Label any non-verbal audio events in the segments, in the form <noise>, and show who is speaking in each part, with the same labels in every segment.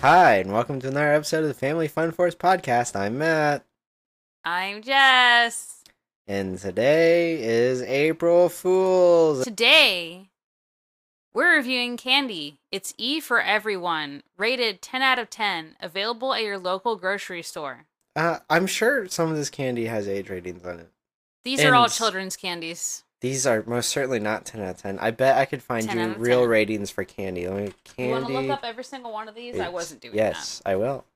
Speaker 1: Hi, and welcome to another episode of the Family Fun Force podcast. I'm Matt,
Speaker 2: I'm Jess.
Speaker 1: and today is April Fool's.
Speaker 2: Today, we're reviewing candy. It's E for everyone, rated 10 out of 10, available at your local grocery store.
Speaker 1: Uh, I'm sure some of this candy has age ratings on it.
Speaker 2: These are all
Speaker 1: Ends.
Speaker 2: children's candies.
Speaker 1: These are most certainly not 10 out of 10. I bet I could find
Speaker 2: 10
Speaker 1: you
Speaker 2: out of
Speaker 1: real
Speaker 2: 10.
Speaker 1: ratings for candy. Let me
Speaker 2: You want to
Speaker 1: candy.
Speaker 2: look up every single one of these? I
Speaker 1: age.
Speaker 2: wasn't doing
Speaker 1: Yes, I will.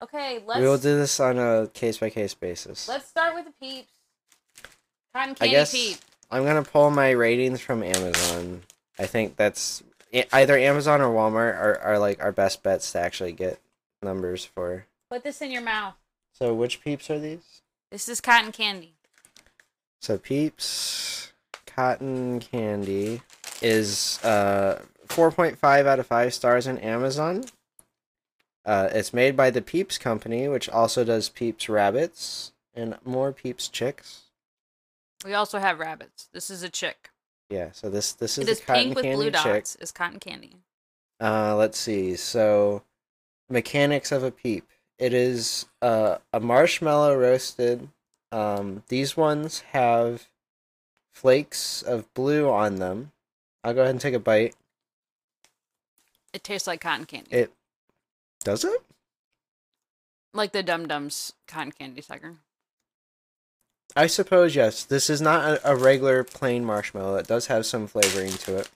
Speaker 2: that. Okay, let's
Speaker 1: We will do this on a case by case basis.
Speaker 2: let's start with the peeps. Cotton
Speaker 1: I
Speaker 2: candy
Speaker 1: guess
Speaker 2: peep.
Speaker 1: I'm gonna pull my ratings from Amazon. I think that's e- either Amazon or Walmart are, are like our best bets to actually get numbers for.
Speaker 2: Put this in your mouth.
Speaker 1: So which peeps are these?
Speaker 2: This is cotton candy.
Speaker 1: So peeps cotton candy is uh 4.5 out of 5 stars on Amazon. Uh, it's made by the Peeps Company, which also does Peeps Rabbits and more Peeps Chicks.
Speaker 2: We also have rabbits. This is a chick.
Speaker 1: Yeah, so this this is
Speaker 2: It is
Speaker 1: the cotton
Speaker 2: pink with
Speaker 1: candy
Speaker 2: blue
Speaker 1: chick.
Speaker 2: dots. Is cotton candy.
Speaker 1: Uh, let's see. So, mechanics of a peep. It is uh, a marshmallow roasted. Um, these ones have flakes of blue on them. I'll go ahead and take a bite.
Speaker 2: It tastes like cotton candy.
Speaker 1: It does it.
Speaker 2: like the Dum Dums cotton candy sucker.
Speaker 1: I suppose yes. This is not a, a regular plain marshmallow. It does have some flavoring to it.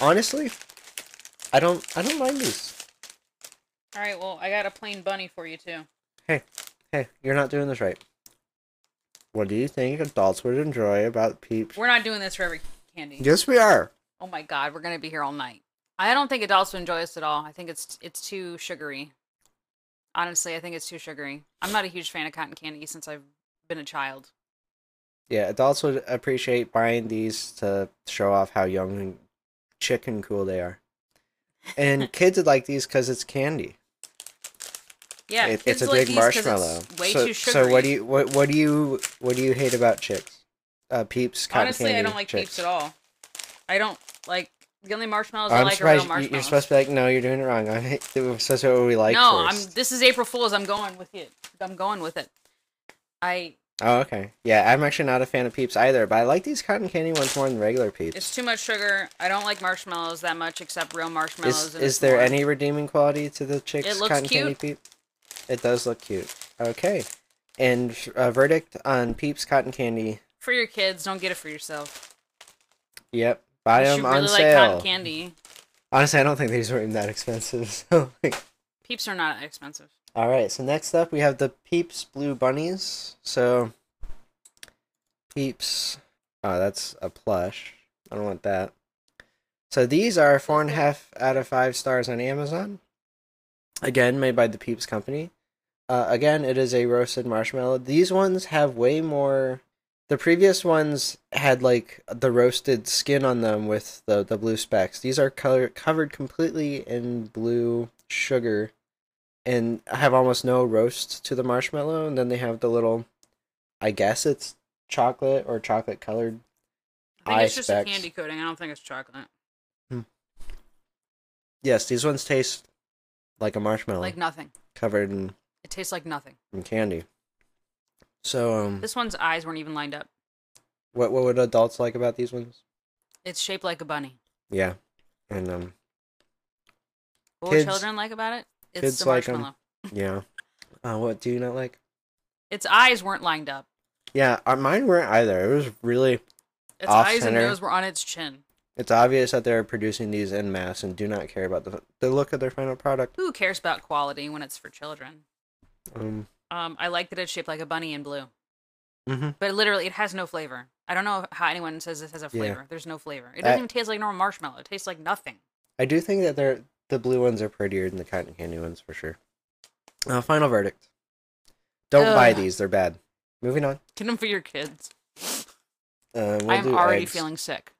Speaker 1: Honestly, I don't. I don't mind these.
Speaker 2: All right, well, I got a plain bunny for you too.
Speaker 1: Hey, you're not doing this right. What do you think adults would enjoy about peeps?
Speaker 2: We're not doing this for every candy.
Speaker 1: Yes, we are.
Speaker 2: Oh my god, we're gonna be here all night. I don't think adults would enjoy this at all. I think it's it's too sugary. Honestly, I think it's too sugary. I'm not a huge fan of cotton candy since I've been a child.
Speaker 1: Yeah, adults would appreciate buying these to show off how young and chick and cool they are.
Speaker 2: <laughs>
Speaker 1: And kids would like these because it's candy.
Speaker 2: Yeah,
Speaker 1: It- it's
Speaker 2: kids
Speaker 1: a big
Speaker 2: like these 'cause it's
Speaker 1: marshmallow.
Speaker 2: way
Speaker 1: so,
Speaker 2: too sugary.
Speaker 1: so what do you what what do you what do you hate about chicks? Uh, peeps, cotton
Speaker 2: Honestly, I
Speaker 1: candy,
Speaker 2: don't like
Speaker 1: chicks.
Speaker 2: peeps at all. I don't like the only marshmallows i
Speaker 1: I'm
Speaker 2: like are real
Speaker 1: surprised you-
Speaker 2: marshmallows.
Speaker 1: you're supposed to be like, no, you're doing it wrong. <laughs> I'm supposed to what we like
Speaker 2: no, I'm.
Speaker 1: first.
Speaker 2: This is April Fool's. I'm going with it. I'm going with it. I
Speaker 1: Oh, okay. Yeah, I'm actually not a fan of peeps either, but I like these cotton candy ones more than regular peeps.
Speaker 2: It's too much sugar. I don't like marshmallows that much, except real marshmallows.
Speaker 1: Is,
Speaker 2: and
Speaker 1: is
Speaker 2: it's
Speaker 1: there
Speaker 2: more-
Speaker 1: any redeeming quality to the chicks
Speaker 2: looks
Speaker 1: cotton candy peep? It does look cute. Okay, and a verdict on Peeps cotton candy.
Speaker 2: for your kids? Don't get it for yourself.
Speaker 1: Yep, buy
Speaker 2: you
Speaker 1: them
Speaker 2: should
Speaker 1: on
Speaker 2: really like
Speaker 1: sale.
Speaker 2: cotton candy.
Speaker 1: Honestly, I don't think these were even that expensive. <laughs> So, like,
Speaker 2: Peeps are not expensive.
Speaker 1: all right. So next up, we have the Peeps Blue Bunnies. So, Peeps. Oh, that's a plush. I don't want that. So these are four and a half out of five stars on Amazon. Again, made by the Peeps Company. Uh, again, it is a roasted marshmallow. These ones have way more. The previous ones had like the roasted skin on them with the, the blue specks. These are color covered completely in blue sugar, and have almost no roast to the marshmallow. And then they have the little, I guess it's chocolate or chocolate colored.
Speaker 2: I think
Speaker 1: Eye
Speaker 2: it's just
Speaker 1: specs.
Speaker 2: a candy coating. I don't think it's chocolate.
Speaker 1: Yes, these ones taste like a marshmallow
Speaker 2: Like nothing.
Speaker 1: covered in,
Speaker 2: It tastes like nothing.
Speaker 1: in candy. So, um,
Speaker 2: This one's eyes weren't even lined up.
Speaker 1: what what would adults like about these ones?
Speaker 2: It's shaped like a bunny.
Speaker 1: Yeah, and
Speaker 2: <laughs>
Speaker 1: um,
Speaker 2: What
Speaker 1: Kids-
Speaker 2: would children like about it? It's
Speaker 1: kids
Speaker 2: the
Speaker 1: like 'em.
Speaker 2: marshmallow.
Speaker 1: yeah. Uh, what do you not like?
Speaker 2: Its eyes weren't lined up.
Speaker 1: Yeah, uh, mine weren't either. It was really.
Speaker 2: Its
Speaker 1: Off
Speaker 2: eyes and
Speaker 1: center.
Speaker 2: nose were on its chin.
Speaker 1: It's obvious that they're producing these in mass and do not care about the the look of their final product.
Speaker 2: Who cares about quality when it's for children?
Speaker 1: Um,
Speaker 2: Um, I like that it's shaped like a bunny in blue.
Speaker 1: mhm.
Speaker 2: But literally, it has no flavor. I don't know how anyone says this has a
Speaker 1: Yeah. Uh,
Speaker 2: flavor. There's no flavor. It
Speaker 1: That-
Speaker 2: doesn't even taste like normal marshmallow. It tastes like nothing. <laughs>
Speaker 1: I do think that they're the blue ones are prettier than the cotton candy ones for sure. Uh, final verdict: Don't buy
Speaker 2: Ugh.
Speaker 1: these; they're bad. Moving on.
Speaker 2: Get them for your kids.
Speaker 1: Uh, we'll
Speaker 2: I'm
Speaker 1: do
Speaker 2: already
Speaker 1: eggs.
Speaker 2: feeling sick.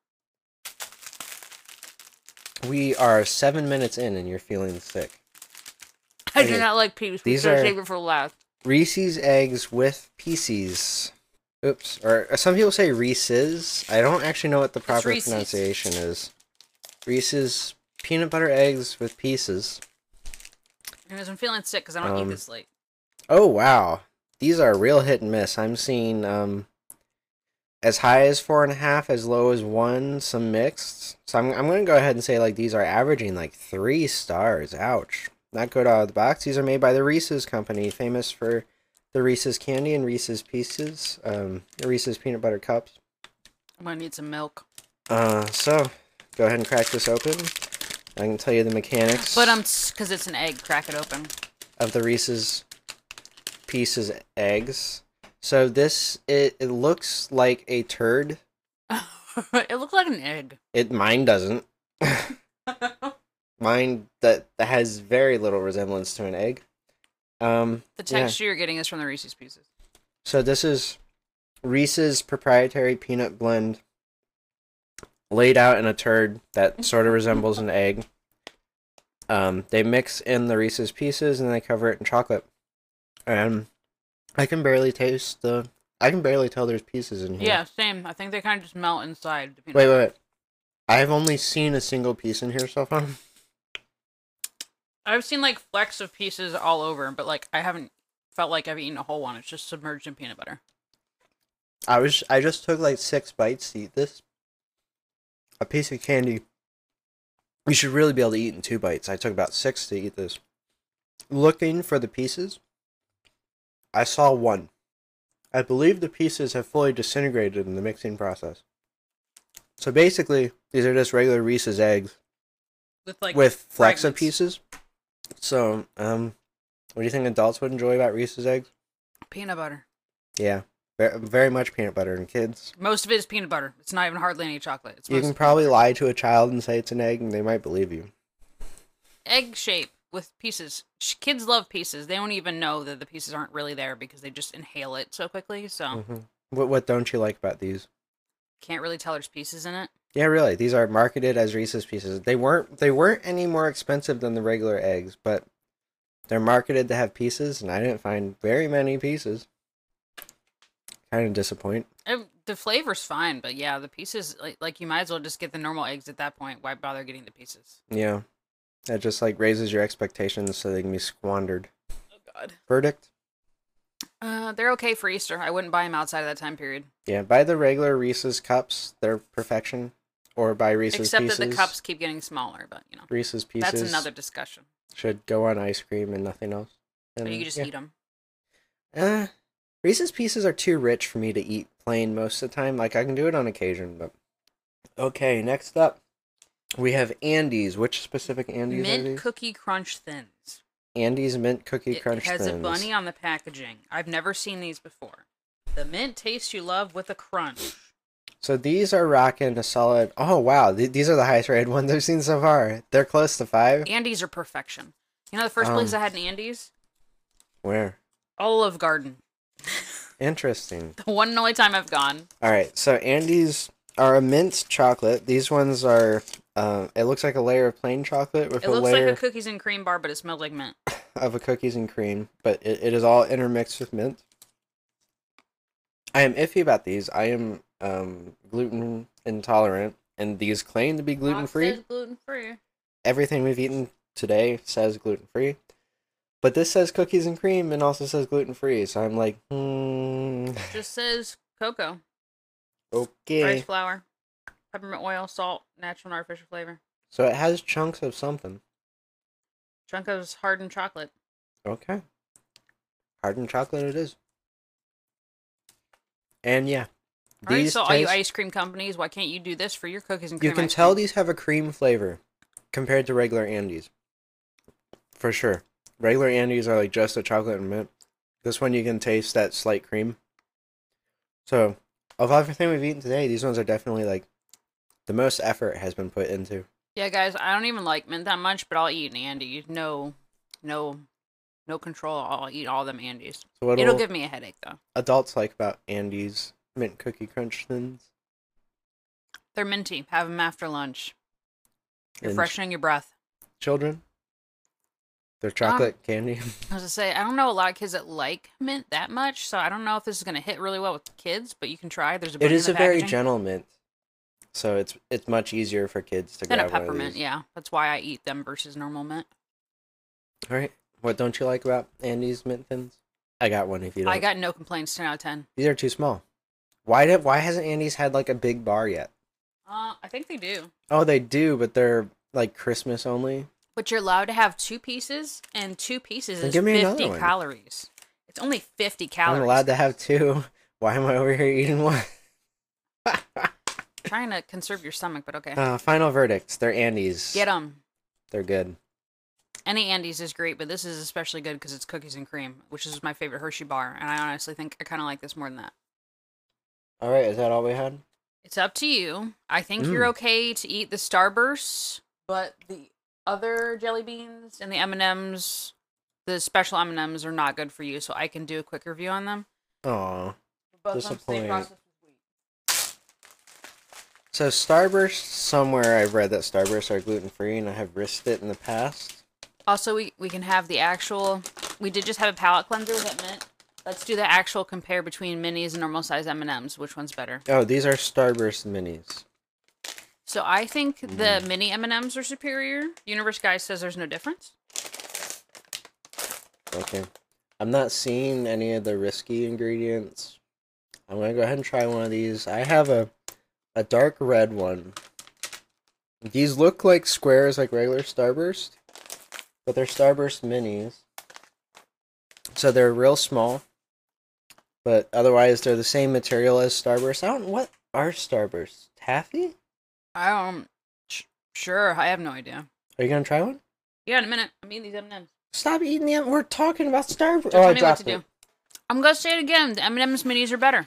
Speaker 1: We are seven minutes in, and you're feeling sick.
Speaker 2: I
Speaker 1: Okay.
Speaker 2: do not like peeps. We
Speaker 1: These
Speaker 2: should
Speaker 1: are-
Speaker 2: have saved it for last.
Speaker 1: Reese's eggs with pieces. Oops. Or uh, some people say Reese's. I don't actually know what the proper
Speaker 2: Reese's.
Speaker 1: pronunciation is. Reese's peanut butter eggs with pieces.
Speaker 2: Because I'm feeling sick because I don't
Speaker 1: Um,
Speaker 2: eat this late.
Speaker 1: Oh wow, these are real hit and miss. I'm seeing um, as high as four and a half, as low as one. Some mixed. So I'm I'm gonna go ahead and say like these are averaging like three stars. Ouch. Not good out of the box. These are made by the Reese's Company, famous for the Reese's candy and Reese's pieces, um, Reese's peanut butter cups.
Speaker 2: I'm gonna need some milk.
Speaker 1: Uh, so go ahead and crack this open. I can tell you the mechanics
Speaker 2: But um, because it's an egg, crack it open. <laughs>
Speaker 1: of the Reese's pieces eggs. So this it, it looks like a turd.
Speaker 2: it looked like an egg.
Speaker 1: It mine
Speaker 2: <laughs>
Speaker 1: doesn't. mine that, that has very little resemblance to an egg. Um
Speaker 2: The
Speaker 1: Yeah.
Speaker 2: texture you're getting is from the Reese's Pieces.
Speaker 1: So this is Reese's proprietary peanut blend laid out in a turd that sort of resembles an egg. Um, they mix in the Reese's pieces and they cover it in chocolate. And I can barely taste the. I can barely tell there's pieces in here.
Speaker 2: Yeah, same. I think they kind of just melt inside. The peanut
Speaker 1: Wait, wait,
Speaker 2: butter.
Speaker 1: wait. I've only seen a single piece in here so far. <laughs>
Speaker 2: I've seen like flecks of pieces all over, but like I haven't felt like I've eaten a whole one. It's just submerged in peanut butter.
Speaker 1: I was. I just took like six bites to eat this. A piece of candy. You should really be able to eat in two bites. I took about six to eat this. Looking for the pieces, I saw one. I believe the pieces have fully disintegrated in the mixing process. So basically, these are just regular Reese's eggs
Speaker 2: With like
Speaker 1: with flecks of
Speaker 2: fragments.
Speaker 1: pieces. So, um, what do you think adults would enjoy about Reese's eggs?
Speaker 2: peanut butter.
Speaker 1: Yeah, ver- very much peanut butter, and kids
Speaker 2: Most of it is peanut butter. It's not even hardly any chocolate. It's
Speaker 1: You can
Speaker 2: most
Speaker 1: probably lie to a child and say it's an egg, and they might believe you.
Speaker 2: egg shape with pieces. Sh- Kids love pieces. They don't even know that the pieces aren't really there because they just inhale it so quickly. So
Speaker 1: Hmm. What What don't you like about these?
Speaker 2: can't really tell there's pieces in it.
Speaker 1: Yeah, really, these are marketed as Reese's Pieces. They weren't They weren't any more expensive than the regular eggs, but they're marketed to have pieces, and I didn't find very many pieces. Kind of disappoint.
Speaker 2: Um, the flavor's fine, but yeah, the pieces like, like you might as well just get the normal eggs at that point. Why bother getting the pieces?
Speaker 1: Yeah, that just like raises your expectations, so they can be squandered.
Speaker 2: Oh God.
Speaker 1: Verdict.
Speaker 2: Uh, they're okay for Easter. I wouldn't buy them outside of that time period,
Speaker 1: Yeah, buy the regular Reese's cups. They're perfection. Or buy Reese's
Speaker 2: except
Speaker 1: pieces.
Speaker 2: that the cups keep getting smaller. But you know,
Speaker 1: Reese's pieces.
Speaker 2: that's another discussion.
Speaker 1: should go on ice cream and nothing else.
Speaker 2: But
Speaker 1: And,
Speaker 2: you could just
Speaker 1: yeah.
Speaker 2: eat 'em.
Speaker 1: Uh, Reese's pieces are too rich for me to eat plain most of the time. Like I can do it on occasion, but okay. Next up, we have Andes. Which specific Andes are
Speaker 2: Mint
Speaker 1: these?
Speaker 2: cookie crunch thins.
Speaker 1: Andes mint cookie
Speaker 2: It-
Speaker 1: crunch
Speaker 2: it has
Speaker 1: thins.
Speaker 2: a bunny on the packaging. I've never seen these before. The mint taste you love with a crunch.
Speaker 1: So these are rocking a solid. Oh wow, th- these are the highest rated ones I've seen so far. They're close to five.
Speaker 2: Andes are perfection. You know the first place
Speaker 1: Um,
Speaker 2: I had an Andes?
Speaker 1: Where?
Speaker 2: Olive Garden. <laughs>
Speaker 1: Interesting.
Speaker 2: The one and only time I've gone.
Speaker 1: All right, so Andes are a mint chocolate. These ones are. Uh, it looks like a layer of plain chocolate with a
Speaker 2: It looks
Speaker 1: layer.
Speaker 2: like a cookies and cream bar, but it smelled like mint.
Speaker 1: of a cookies and cream, but it, it is all intermixed with mint. I am iffy about these. I am um, gluten intolerant, and these claim to be gluten free.
Speaker 2: Gluten free.
Speaker 1: Everything we've eaten today says gluten free, but this says cookies and cream and also says gluten free. So I'm like, hmm,
Speaker 2: Just says cocoa, rice
Speaker 1: okay.
Speaker 2: flour, peppermint oil, salt, natural and artificial flavor.
Speaker 1: So it has chunks of something.
Speaker 2: Chunk of hardened chocolate.
Speaker 1: Okay. Hardened chocolate it is. And yeah.
Speaker 2: All right, so all you
Speaker 1: taste-
Speaker 2: ice cream companies, why can't you do this for your cookies and cream?
Speaker 1: You can
Speaker 2: ice
Speaker 1: tell
Speaker 2: cream?
Speaker 1: these have a cream flavor compared to regular Andes. For sure. Regular Andes are like just a chocolate and mint. This one you can taste that slight cream. So, of everything we've eaten today, these ones are definitely like the most effort has been put into.
Speaker 2: Yeah, guys, I don't even like mint that much, but I'll eat an Andes. No, no, no control. I'll eat all them Andes.
Speaker 1: So, what
Speaker 2: It'll
Speaker 1: do
Speaker 2: give me a headache though.
Speaker 1: adults like about Andes mint cookie crunch thins?
Speaker 2: They're minty. Have them after lunch. You're
Speaker 1: And
Speaker 2: freshening your breath.
Speaker 1: Children?
Speaker 2: Ah.
Speaker 1: They're chocolate candy. <laughs>
Speaker 2: I was gonna say, I don't know a lot of kids that like mint that much, so I don't know if this is gonna hit really well with kids, but you can try. There's a
Speaker 1: It
Speaker 2: bunch
Speaker 1: is a
Speaker 2: in the
Speaker 1: very
Speaker 2: packaging.
Speaker 1: gentle mint. So, it's it's much easier for kids to
Speaker 2: than a
Speaker 1: grab one of
Speaker 2: peppermint.
Speaker 1: these.
Speaker 2: Yeah, that's why I eat them versus normal mint.
Speaker 1: All right. What don't you like about Andy's mint thins? I got one if you don't.
Speaker 2: I got no complaints. Ten out of ten.
Speaker 1: These are too small. Why did, Why hasn't Andy's had like a big bar yet?
Speaker 2: Uh, I think they do.
Speaker 1: Oh, they do, but they're like Christmas only.
Speaker 2: But you're allowed to have two pieces, and two pieces
Speaker 1: Then
Speaker 2: is
Speaker 1: give me another
Speaker 2: fifty
Speaker 1: one.
Speaker 2: calories. It's only fifty calories.
Speaker 1: I'm allowed to have two. <laughs> Why am I over here eating
Speaker 2: <laughs>
Speaker 1: one?
Speaker 2: Trying to conserve your stomach, but okay.
Speaker 1: Uh, final verdicts. They're Andy's.
Speaker 2: Get them.
Speaker 1: They're good.
Speaker 2: Any Andes is great, but this is especially good because it's cookies and cream, which is my favorite Hershey bar, and I honestly think I kind of like this more than that.
Speaker 1: All right, is that all we had?
Speaker 2: It's up to you. I think you're
Speaker 1: Mm.
Speaker 2: okay to eat the Starburst, but the other jelly beans and the M and M's, the special M and M's are not good for you. So I can do a quick review on them.
Speaker 1: Aw.
Speaker 2: Both of them stay
Speaker 1: Disappoint.
Speaker 2: processed with wheat.
Speaker 1: So Starburst, somewhere I've read that Starbursts are gluten free, and I have risked it in the past.
Speaker 2: Also, we we can have the actual. We did just have a palate cleanser with mint. Let's do the actual compare between minis and normal size M and M's. Which one's better?
Speaker 1: Oh, these are Starburst minis.
Speaker 2: So I think the
Speaker 1: Mm.
Speaker 2: mini M and M's are superior. Universe Guy says there's no difference.
Speaker 1: Okay. I'm not seeing any of the risky ingredients. I'm gonna go ahead and try one of these. I have a a dark red one. These look like squares like regular Starburst, but they're Starburst minis. So they're real small. But otherwise they're the same material as Starburst. I don't what are Starbursts? Taffy?
Speaker 2: I don't. Um, Sh- sure, I have no idea.
Speaker 1: Are you gonna try one?
Speaker 2: Yeah, in a minute. I'm eating these M and M's.
Speaker 1: Stop eating them. We're talking about Starburst.
Speaker 2: So
Speaker 1: Oh,
Speaker 2: tell
Speaker 1: I
Speaker 2: me what
Speaker 1: dropped
Speaker 2: to do.
Speaker 1: it.
Speaker 2: I'm gonna say it again. The M&M's minis are better.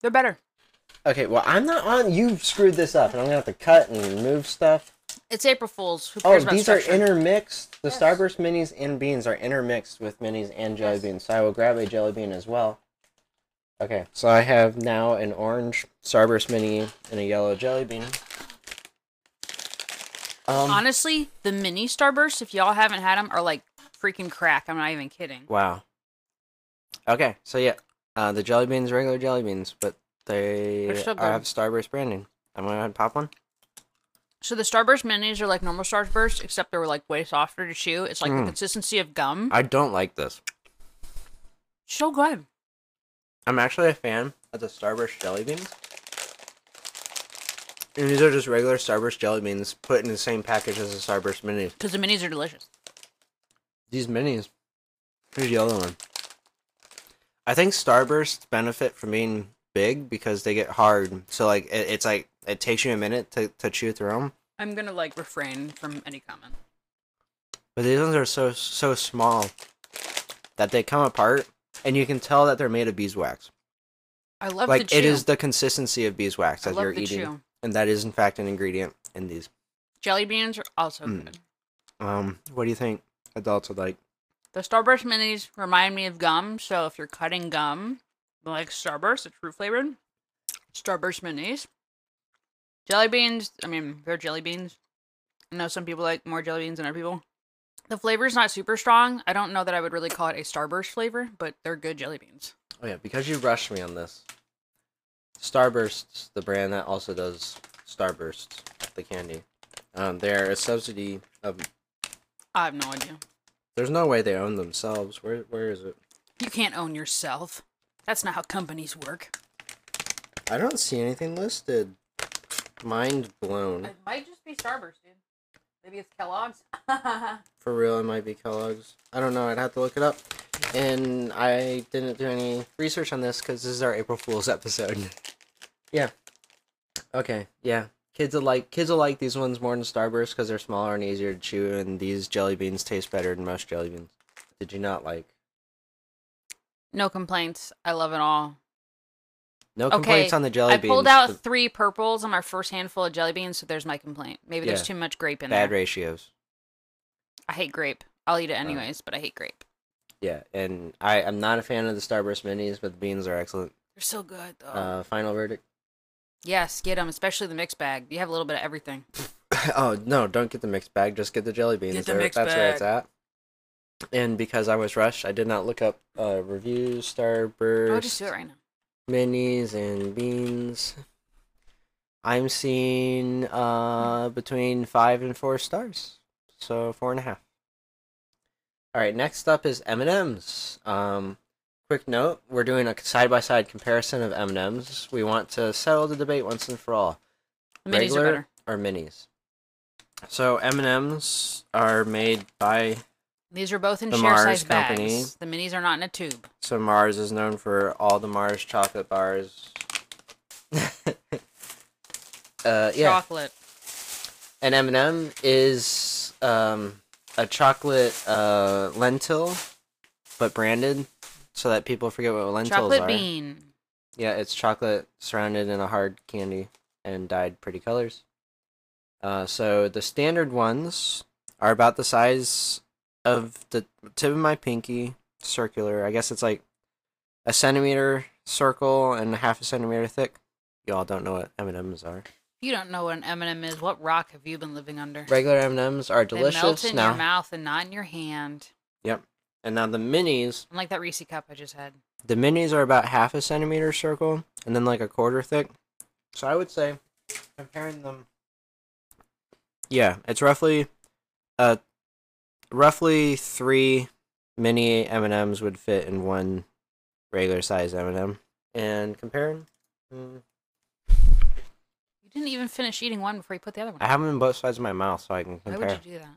Speaker 2: They're better.
Speaker 1: Okay, well, I'm not on. You screwed this up, and I'm gonna have to cut and move stuff.
Speaker 2: It's April Fools. Who
Speaker 1: Oh,
Speaker 2: cares about
Speaker 1: these are
Speaker 2: structure?
Speaker 1: intermixed. The
Speaker 2: Yes.
Speaker 1: Starburst minis and beans are intermixed with minis and jelly
Speaker 2: Yes.
Speaker 1: beans, so I will grab a jelly bean as well. Okay, so I have now an orange Starburst mini and a yellow jelly bean. Um,
Speaker 2: Honestly, the mini Starbursts, if y'all haven't had them, are like freaking crack. I'm not even kidding.
Speaker 1: wow. Okay, so yeah, uh, the jelly beans, regular jelly beans, but they
Speaker 2: They're still
Speaker 1: are- have
Speaker 2: good.
Speaker 1: Starburst branding. I'm gonna go ahead and pop one.
Speaker 2: So the Starburst minis are like normal Starbursts, except they were like way softer to chew. It's like the
Speaker 1: Mm.
Speaker 2: consistency of gum.
Speaker 1: I don't like this.
Speaker 2: So good.
Speaker 1: I'm actually a fan of the Starburst jelly beans. And these are just regular Starburst jelly beans put in the same package as the Starburst minis.
Speaker 2: Because the minis are delicious.
Speaker 1: These minis. Here's the other one. I think Starbursts benefit from being big because they get hard. So like it, it's like it takes you a minute to, to chew through them.
Speaker 2: I'm gonna like refrain from any comment.
Speaker 1: But these ones are so so small that they come apart and you can tell that they're made of beeswax.
Speaker 2: I love the
Speaker 1: like
Speaker 2: chew.
Speaker 1: it is the consistency of beeswax
Speaker 2: I
Speaker 1: that
Speaker 2: love
Speaker 1: you're
Speaker 2: the
Speaker 1: eating.
Speaker 2: chew.
Speaker 1: And that is in fact an ingredient in these.
Speaker 2: Jelly beans are also
Speaker 1: Mm.
Speaker 2: good.
Speaker 1: Um, what do you think adults would like?
Speaker 2: The Starburst minis remind me of gum, so if you're cutting gum, like Starburst, it's fruit flavored. Starburst minis. Jelly beans, I mean, they're jelly beans. I know some people like more jelly beans than other people. The flavor's not super strong. I don't know that I would really call it a Starburst flavor, but they're good jelly beans.
Speaker 1: Oh yeah, because you rushed me on this. Starbursts, the brand that also does Starbursts, the candy. Um, they're a subsidy of.
Speaker 2: I have no idea.
Speaker 1: There's no way they own themselves. Where where is it?
Speaker 2: You can't own yourself. That's not how companies work.
Speaker 1: I don't see anything listed. Mind blown.
Speaker 2: might just be Starburst, dude. Maybe it's Kellogg's. <laughs>
Speaker 1: For real, it might be Kellogg's. I don't know. I'd have to look it up. And I didn't do any research on this because this is our April Fool's episode. <laughs> yeah. Okay. Yeah. Kids will like kids will like these ones more than Starburst because they're smaller and easier to chew, and these jelly beans taste better than most jelly beans. Did you not like?
Speaker 2: no complaints. I love it all.
Speaker 1: No
Speaker 2: Okay,
Speaker 1: complaints on the jelly
Speaker 2: I
Speaker 1: beans.
Speaker 2: pulled out
Speaker 1: the
Speaker 2: three purples on my first handful of jelly beans, so there's my complaint. Maybe there's
Speaker 1: Yeah.
Speaker 2: too much grape in
Speaker 1: bad Uh,
Speaker 2: there.
Speaker 1: ratios.
Speaker 2: I hate grape. I'll eat it anyways, but I hate grape.
Speaker 1: Yeah, and I am not a fan of the Starburst minis, but the beans are excellent.
Speaker 2: They're so good though.
Speaker 1: Uh, final verdict.
Speaker 2: yes, get them, especially the mixed bag. You have a little bit of everything.
Speaker 1: <laughs> oh no! Don't get the mixed bag. Just get the jelly beans.
Speaker 2: Get the
Speaker 1: There-
Speaker 2: mixed
Speaker 1: That's where it's at. And because I was rushed, I did not look up uh, reviews, Starburst,
Speaker 2: I'll just do it right now.
Speaker 1: minis, and beans. I'm seeing uh, between five and four stars, so four and a half. All right, next up is M and M's. Um, quick note: we're doing a side by side comparison of M and M's. We want to settle the debate once and for all.
Speaker 2: Minis
Speaker 1: Regular-
Speaker 2: are better.
Speaker 1: Are minis. So M and M's are made by.
Speaker 2: These are both in
Speaker 1: The
Speaker 2: share size
Speaker 1: Mars company.
Speaker 2: bags. The minis are not in a tube.
Speaker 1: So Mars is known for all the Mars chocolate bars. <laughs> uh, yeah,
Speaker 2: Chocolate.
Speaker 1: an M&M is um, a chocolate uh, lentil, but branded, so that people forget what lentils
Speaker 2: Chocolate
Speaker 1: are.
Speaker 2: bean.
Speaker 1: Yeah, it's chocolate surrounded in a hard candy and dyed pretty colors. Uh, so the standard ones are about the size of the tip of my pinky, circular. I guess it's like a centimeter circle and a half a centimeter thick. Y'all don't know what M&Ms are.
Speaker 2: If you don't know what an M&M is, what rock have you been living under?
Speaker 1: Regular M&Ms are delicious.
Speaker 2: They melt in
Speaker 1: now,
Speaker 2: your mouth and not in your hand.
Speaker 1: And now the minis,
Speaker 2: Unlike that Reese cup I just had.
Speaker 1: the minis are about half a centimeter circle and then like a quarter thick. So I would say comparing them Yeah, it's roughly uh roughly 3 mini M&Ms would fit in one regular size M&M. And comparing mm,
Speaker 2: You didn't even finish eating one before you put the other one.
Speaker 1: I have them in both sides of my mouth so I can
Speaker 2: Why
Speaker 1: compare.
Speaker 2: would you do that?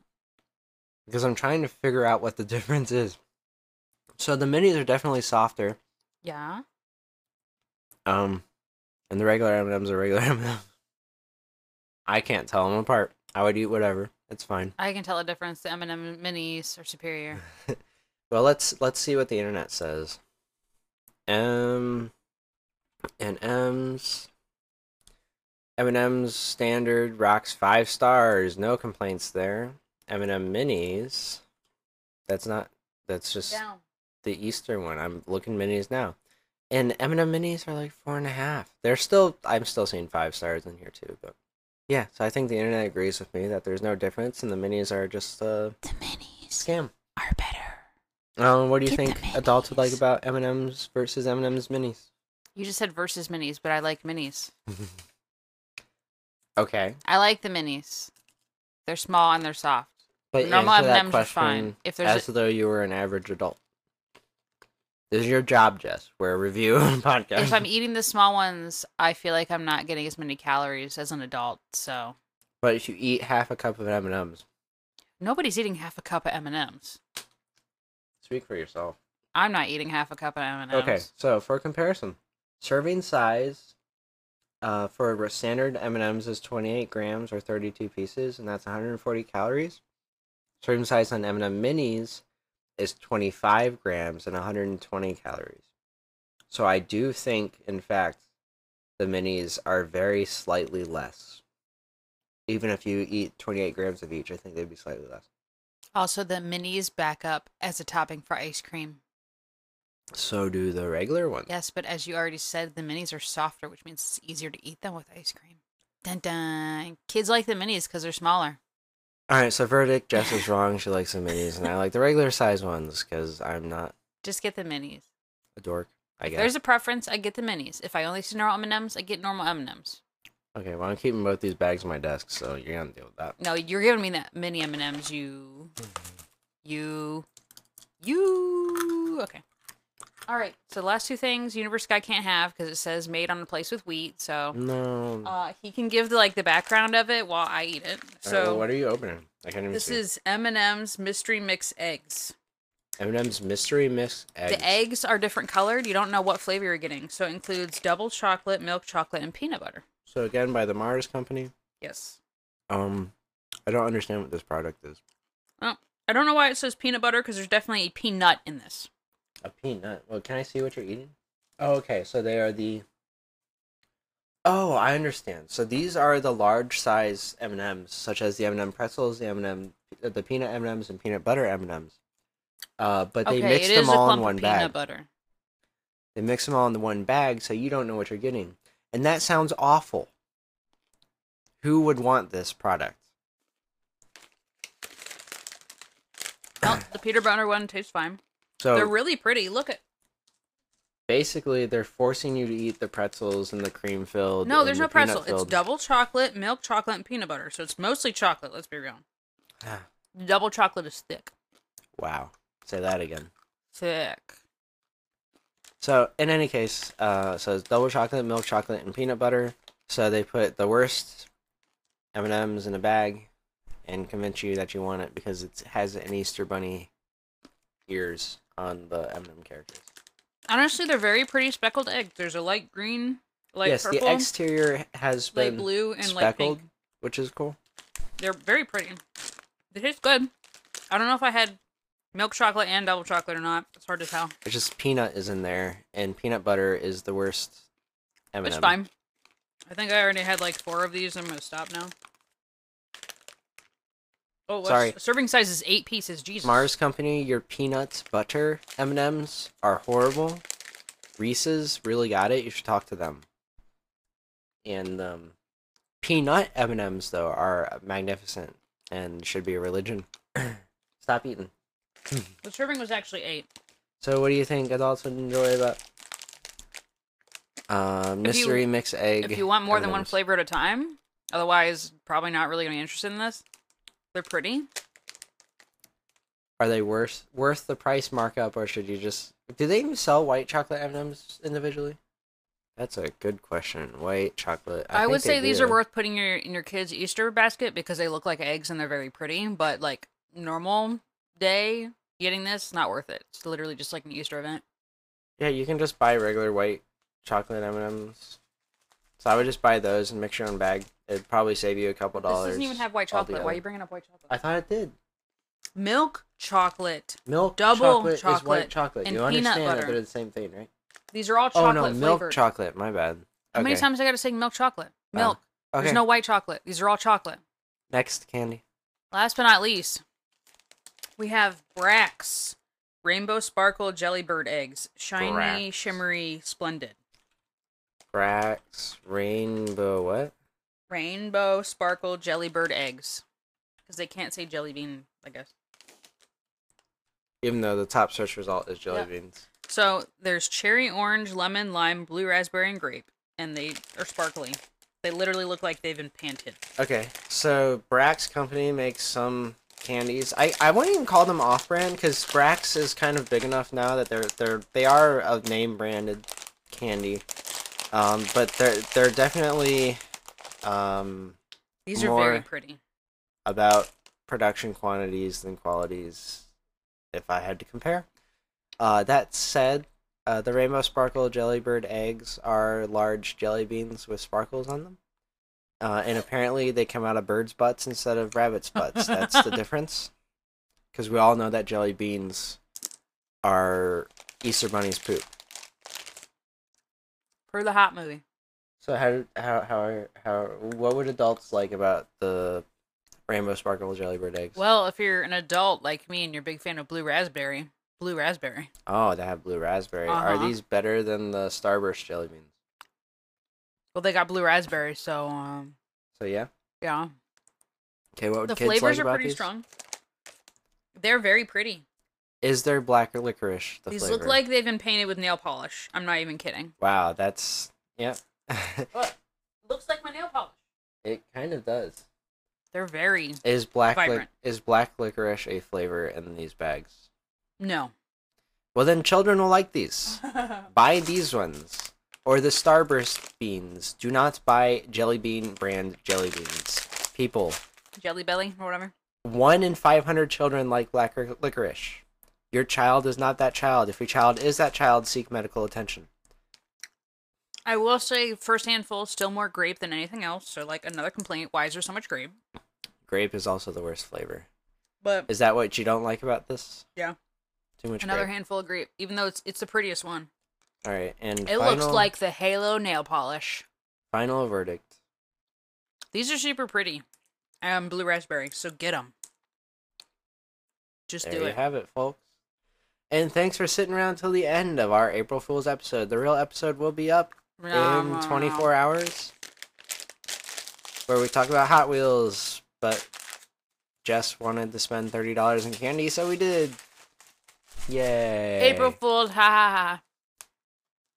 Speaker 1: because I'm trying to figure out what the <laughs> difference is. So the minis are definitely softer.
Speaker 2: Yeah.
Speaker 1: Um, and the regular M Ms are regular <laughs> M Ms. I can't tell them apart. I would eat whatever. It's fine.
Speaker 2: I can tell a difference. The M&M minis are superior.
Speaker 1: Well, let's let's see what the internet says. M and M's. M and M's standard rocks five stars. No complaints there. M and M minis. That's not. That's just
Speaker 2: Down.
Speaker 1: the Eastern one. I'm looking minis now, and M and M minis are like four and a half. They're still. I'm still seeing five stars in here too, but yeah. So I think the internet agrees with me that there's no difference, and the minis are just a
Speaker 2: The minis
Speaker 1: scam.
Speaker 2: are better.
Speaker 1: Um, what do you
Speaker 2: Get the
Speaker 1: think adults would like
Speaker 2: minis.
Speaker 1: about M and M's versus M and M's minis?
Speaker 2: You just said versus minis, but I like minis.
Speaker 1: okay,
Speaker 2: I like the minis. They're small and they're soft.
Speaker 1: but
Speaker 2: Normal
Speaker 1: answer that
Speaker 2: M&Ms are fine.
Speaker 1: question
Speaker 2: If there's a-
Speaker 1: as though you were an average adult. This is your job, Jess. We're a review <laughs> and podcast.
Speaker 2: If I'm eating the small ones, I feel like I'm not getting as many calories as an adult. So
Speaker 1: But if you eat half a cup of M and M's,
Speaker 2: nobody's eating half a cup of M&Ms.
Speaker 1: speak for yourself.
Speaker 2: I'm not eating half a cup of M&Ms.
Speaker 1: Okay, so for comparison, serving size uh, for a standard M&Ms is 28 grams or 32 pieces, and that's 140 calories. Serving size on M&M minis is 25 grams and 120 calories. So I do think, in fact, the minis are very slightly less. Even if you eat 28 grams of each, I think they'd be slightly less.
Speaker 2: Also, the minis back up as a topping for ice cream.
Speaker 1: So do the regular ones.
Speaker 2: Yes, but as you already said, the minis are softer, which means it's easier to eat them with ice cream. Dun dun. Kids like the minis because they're smaller.
Speaker 1: All right, so verdict: Jess is wrong. She likes the minis, and I like the regular size ones because I'm not
Speaker 2: Just get the minis.
Speaker 1: a dork. I
Speaker 2: If
Speaker 1: guess.
Speaker 2: there's a preference, I get the minis. If I only see normal M&Ms, I get normal M&Ms.
Speaker 1: Okay, well I'm keeping both these bags on my desk, so you're gonna deal with that.
Speaker 2: No, you're giving me that mini M&Ms. You,
Speaker 1: Mm-hmm.
Speaker 2: you, you. Okay. All right. So the last two things Universe Guy can't have because it says made on a place with wheat.
Speaker 1: Mm-hmm.
Speaker 2: So
Speaker 1: No. All right,
Speaker 2: uh, he can give the like the background of it while I eat it. So
Speaker 1: well, what are you opening? I can't even
Speaker 2: this
Speaker 1: see.
Speaker 2: is M&M's mystery mix eggs.
Speaker 1: M&M's mystery mix eggs.
Speaker 2: The eggs are different colored. You don't know what flavor you're getting. So it includes double chocolate, milk chocolate, and peanut butter.
Speaker 1: So again, by the Mars company.
Speaker 2: Yes.
Speaker 1: Um, I don't understand what this product is.
Speaker 2: I don't know why it says peanut butter because there's definitely a peanut in this.
Speaker 1: A peanut. Well, can I see what you're eating? Oh, okay. So they are the. Oh, I understand. So these are the large size M and M's, such as the M and M pretzels, the M and M, the peanut M and M's, and peanut butter M and M's. Uh, but they
Speaker 2: okay,
Speaker 1: mix
Speaker 2: it
Speaker 1: them
Speaker 2: is a
Speaker 1: all
Speaker 2: clump
Speaker 1: in one
Speaker 2: of peanut
Speaker 1: bag.
Speaker 2: butter.
Speaker 1: They mix them all in the one bag, so you don't know what you're getting, and that sounds awful. Who would want this product?
Speaker 2: Oh, the Peter Brunner one tastes fine.
Speaker 1: So
Speaker 2: They're really pretty. Look at
Speaker 1: basically, they're forcing you to eat the pretzels and the cream filled.
Speaker 2: no,
Speaker 1: and
Speaker 2: there's
Speaker 1: the
Speaker 2: no pretzel.
Speaker 1: peanut
Speaker 2: It's
Speaker 1: filled.
Speaker 2: double chocolate, milk chocolate, and peanut butter. So it's mostly chocolate. Let's be real. Double chocolate is thick.
Speaker 1: <sighs> Wow. Say that again.
Speaker 2: Thick.
Speaker 1: So in any case, uh, so it's double chocolate, milk chocolate, and peanut butter. So they put the worst M and M's in a bag, and convince you that you want it because it has an Easter bunny ears on the M and m characters.
Speaker 2: Honestly, they're very pretty speckled eggs. There's a light green, light
Speaker 1: yes,
Speaker 2: purple,
Speaker 1: the exterior has
Speaker 2: light
Speaker 1: been
Speaker 2: blue, and light
Speaker 1: speckled,
Speaker 2: pink.
Speaker 1: which is cool.
Speaker 2: They're very pretty. They taste good. I don't know if I had milk chocolate and double chocolate or not. It's hard to tell.
Speaker 1: It's just peanut is in there, and peanut butter is the worst M and m
Speaker 2: It's fine. I think I already had like four of these. I'm gonna stop now. Oh, what's-
Speaker 1: Sorry.
Speaker 2: Serving size is eight pieces. Jesus.
Speaker 1: Mars Company, your peanuts butter M and M's are horrible. Reese's really got it. You should talk to them. And um, peanut M and M's though are magnificent and should be a religion. <clears throat> Stop eating.
Speaker 2: The serving was actually eight.
Speaker 1: So, what do you think adults would enjoy about uh, mystery mix egg?
Speaker 2: If you want more than one
Speaker 1: M&Ms?
Speaker 2: flavor at a time, otherwise probably not really gonna be interested in this. They're pretty.
Speaker 1: are they worth worth the price markup, or should you just? Do they even sell white chocolate M and M's individually? That's a good question. White chocolate.
Speaker 2: I, would
Speaker 1: think they
Speaker 2: say these
Speaker 1: do.
Speaker 2: are worth putting your in your kids' Easter basket because they look like eggs and they're very pretty. But like normal day getting this, not worth it. It's literally just like an Easter event.
Speaker 1: Yeah, you can just buy regular white chocolate M and M's. So I would just buy those and mix your own bag. It'd probably save you a couple dollars.
Speaker 2: This doesn't even have white chocolate. Why are
Speaker 1: altogether.
Speaker 2: you bringing up white chocolate?
Speaker 1: I thought it did.
Speaker 2: Milk chocolate.
Speaker 1: Milk
Speaker 2: Double
Speaker 1: chocolate, is
Speaker 2: chocolate
Speaker 1: white chocolate.
Speaker 2: and
Speaker 1: you
Speaker 2: peanut
Speaker 1: understand that
Speaker 2: butter.
Speaker 1: they're the same thing, right?
Speaker 2: These are all
Speaker 1: Oh
Speaker 2: chocolate
Speaker 1: no, milk
Speaker 2: flavored.
Speaker 1: chocolate. My bad.
Speaker 2: How many
Speaker 1: Okay.
Speaker 2: times I gotta say milk chocolate?
Speaker 1: Oh,
Speaker 2: Milk.
Speaker 1: Okay.
Speaker 2: There's no white chocolate. These are all chocolate.
Speaker 1: Next candy.
Speaker 2: Last but not least, we have Brax Rainbow Sparkle Jelly Bird Eggs. Shiny,
Speaker 1: Brax.
Speaker 2: shimmery, splendid.
Speaker 1: Brax rainbow. What?
Speaker 2: Rainbow Sparkle Jelly Bird Eggs. Because they can't say jelly bean, I guess.
Speaker 1: Even though the top search result is jelly
Speaker 2: Yeah.
Speaker 1: beans.
Speaker 2: So there's cherry, orange, lemon, lime, blue raspberry, and grape. And they are sparkly. They literally look like they've been panted.
Speaker 1: Okay, so Brax Company makes some candies. I, I wouldn't even call them off-brand because Brax is kind of big enough now that they're they're they are a name-branded candy, um, but they're they're definitely um,
Speaker 2: These are
Speaker 1: More-
Speaker 2: very pretty.
Speaker 1: about production quantities than qualities. If I had to compare, uh, that said, uh, the Rainbow Sparkle Jellybird eggs are large jelly beans with sparkles on them. Uh, and apparently they come out of birds' butts instead of rabbits' butts. That's the difference. Because we all know that jelly beans are Easter Bunny's poop.
Speaker 2: For the hot movie.
Speaker 1: So how how how how what would adults like about the rainbow sparkle jellybird eggs?
Speaker 2: Well, if you're an adult like me and you're a big fan of blue raspberry, blue raspberry.
Speaker 1: Oh, they have blue raspberry. Are
Speaker 2: Uh-huh.
Speaker 1: these better than the Starburst jelly beans?
Speaker 2: Well, they got blue raspberry, so um,
Speaker 1: So yeah.
Speaker 2: yeah.
Speaker 1: Okay, what would
Speaker 2: The
Speaker 1: kids like
Speaker 2: flavors are
Speaker 1: about
Speaker 2: pretty
Speaker 1: these?
Speaker 2: strong. They're very pretty.
Speaker 1: Is there black licorice? The
Speaker 2: these
Speaker 1: flavor?
Speaker 2: look like they've been painted with nail polish. I'm not even kidding.
Speaker 1: wow. That's yeah. <laughs>
Speaker 2: Looks like my nail polish.
Speaker 1: it kind of does.
Speaker 2: They're very
Speaker 1: Is black lic
Speaker 2: Vibrant.
Speaker 1: is black licorice a flavor in these bags?
Speaker 2: <laughs> no.
Speaker 1: Well, then children will like these. buy these ones or the Starburst beans. Do not buy Jelly Bean brand jelly beans. People,
Speaker 2: Jelly belly or whatever.
Speaker 1: one in 500 children like black lic- licorice. Your child is not that child. If your child is that child, seek medical attention.
Speaker 2: I will say, first handful, still more grape than anything else. So, like, another complaint. Why is there so much grape?
Speaker 1: Grape is also the worst flavor.
Speaker 2: But
Speaker 1: Is that what you don't like about this?
Speaker 2: Yeah.
Speaker 1: Too much
Speaker 2: another
Speaker 1: grape.
Speaker 2: handful of grape, even though it's it's the prettiest one.
Speaker 1: All right, and
Speaker 2: It
Speaker 1: final,
Speaker 2: looks like the Halo nail polish.
Speaker 1: final verdict.
Speaker 2: These are super pretty. Um, blue raspberry. So get them. Just
Speaker 1: There
Speaker 2: do
Speaker 1: you
Speaker 2: it.
Speaker 1: have it, folks. And thanks for sitting around till the end of our April Fool's episode. The real episode will be up
Speaker 2: Nah,
Speaker 1: in
Speaker 2: nah, nah.
Speaker 1: 24 hours where we talk about Hot Wheels, but Jess wanted to spend $30 in candy, so we did. Yay.
Speaker 2: April Fools. Ha ha ha.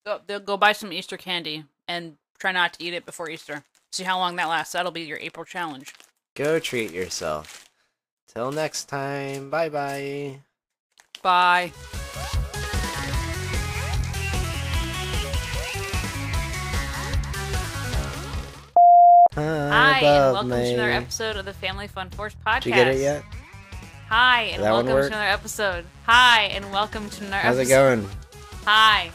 Speaker 2: Go, they'll go buy some Easter candy and try not to eat it before Easter. See how long that lasts. That'll be your April challenge.
Speaker 1: Go treat yourself. Till next time. Bye bye.
Speaker 2: Bye. Hi, and welcome to another episode of the Family Fun Force podcast.
Speaker 1: Did you get it yet?
Speaker 2: Hi, and
Speaker 1: That one
Speaker 2: welcome to
Speaker 1: work?
Speaker 2: another episode. Hi, and welcome to another
Speaker 1: How's it
Speaker 2: episode.
Speaker 1: going?
Speaker 2: Hi.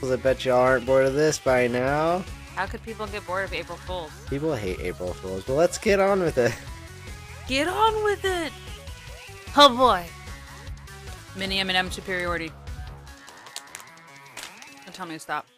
Speaker 1: 'Cause I bet y'all aren't bored of this by now.
Speaker 2: How could people get bored of April Fools?
Speaker 1: People hate April Fools, but let's get on with it.
Speaker 2: Get on with it. Oh boy. Mini M&M superiority. Don't tell me to stop.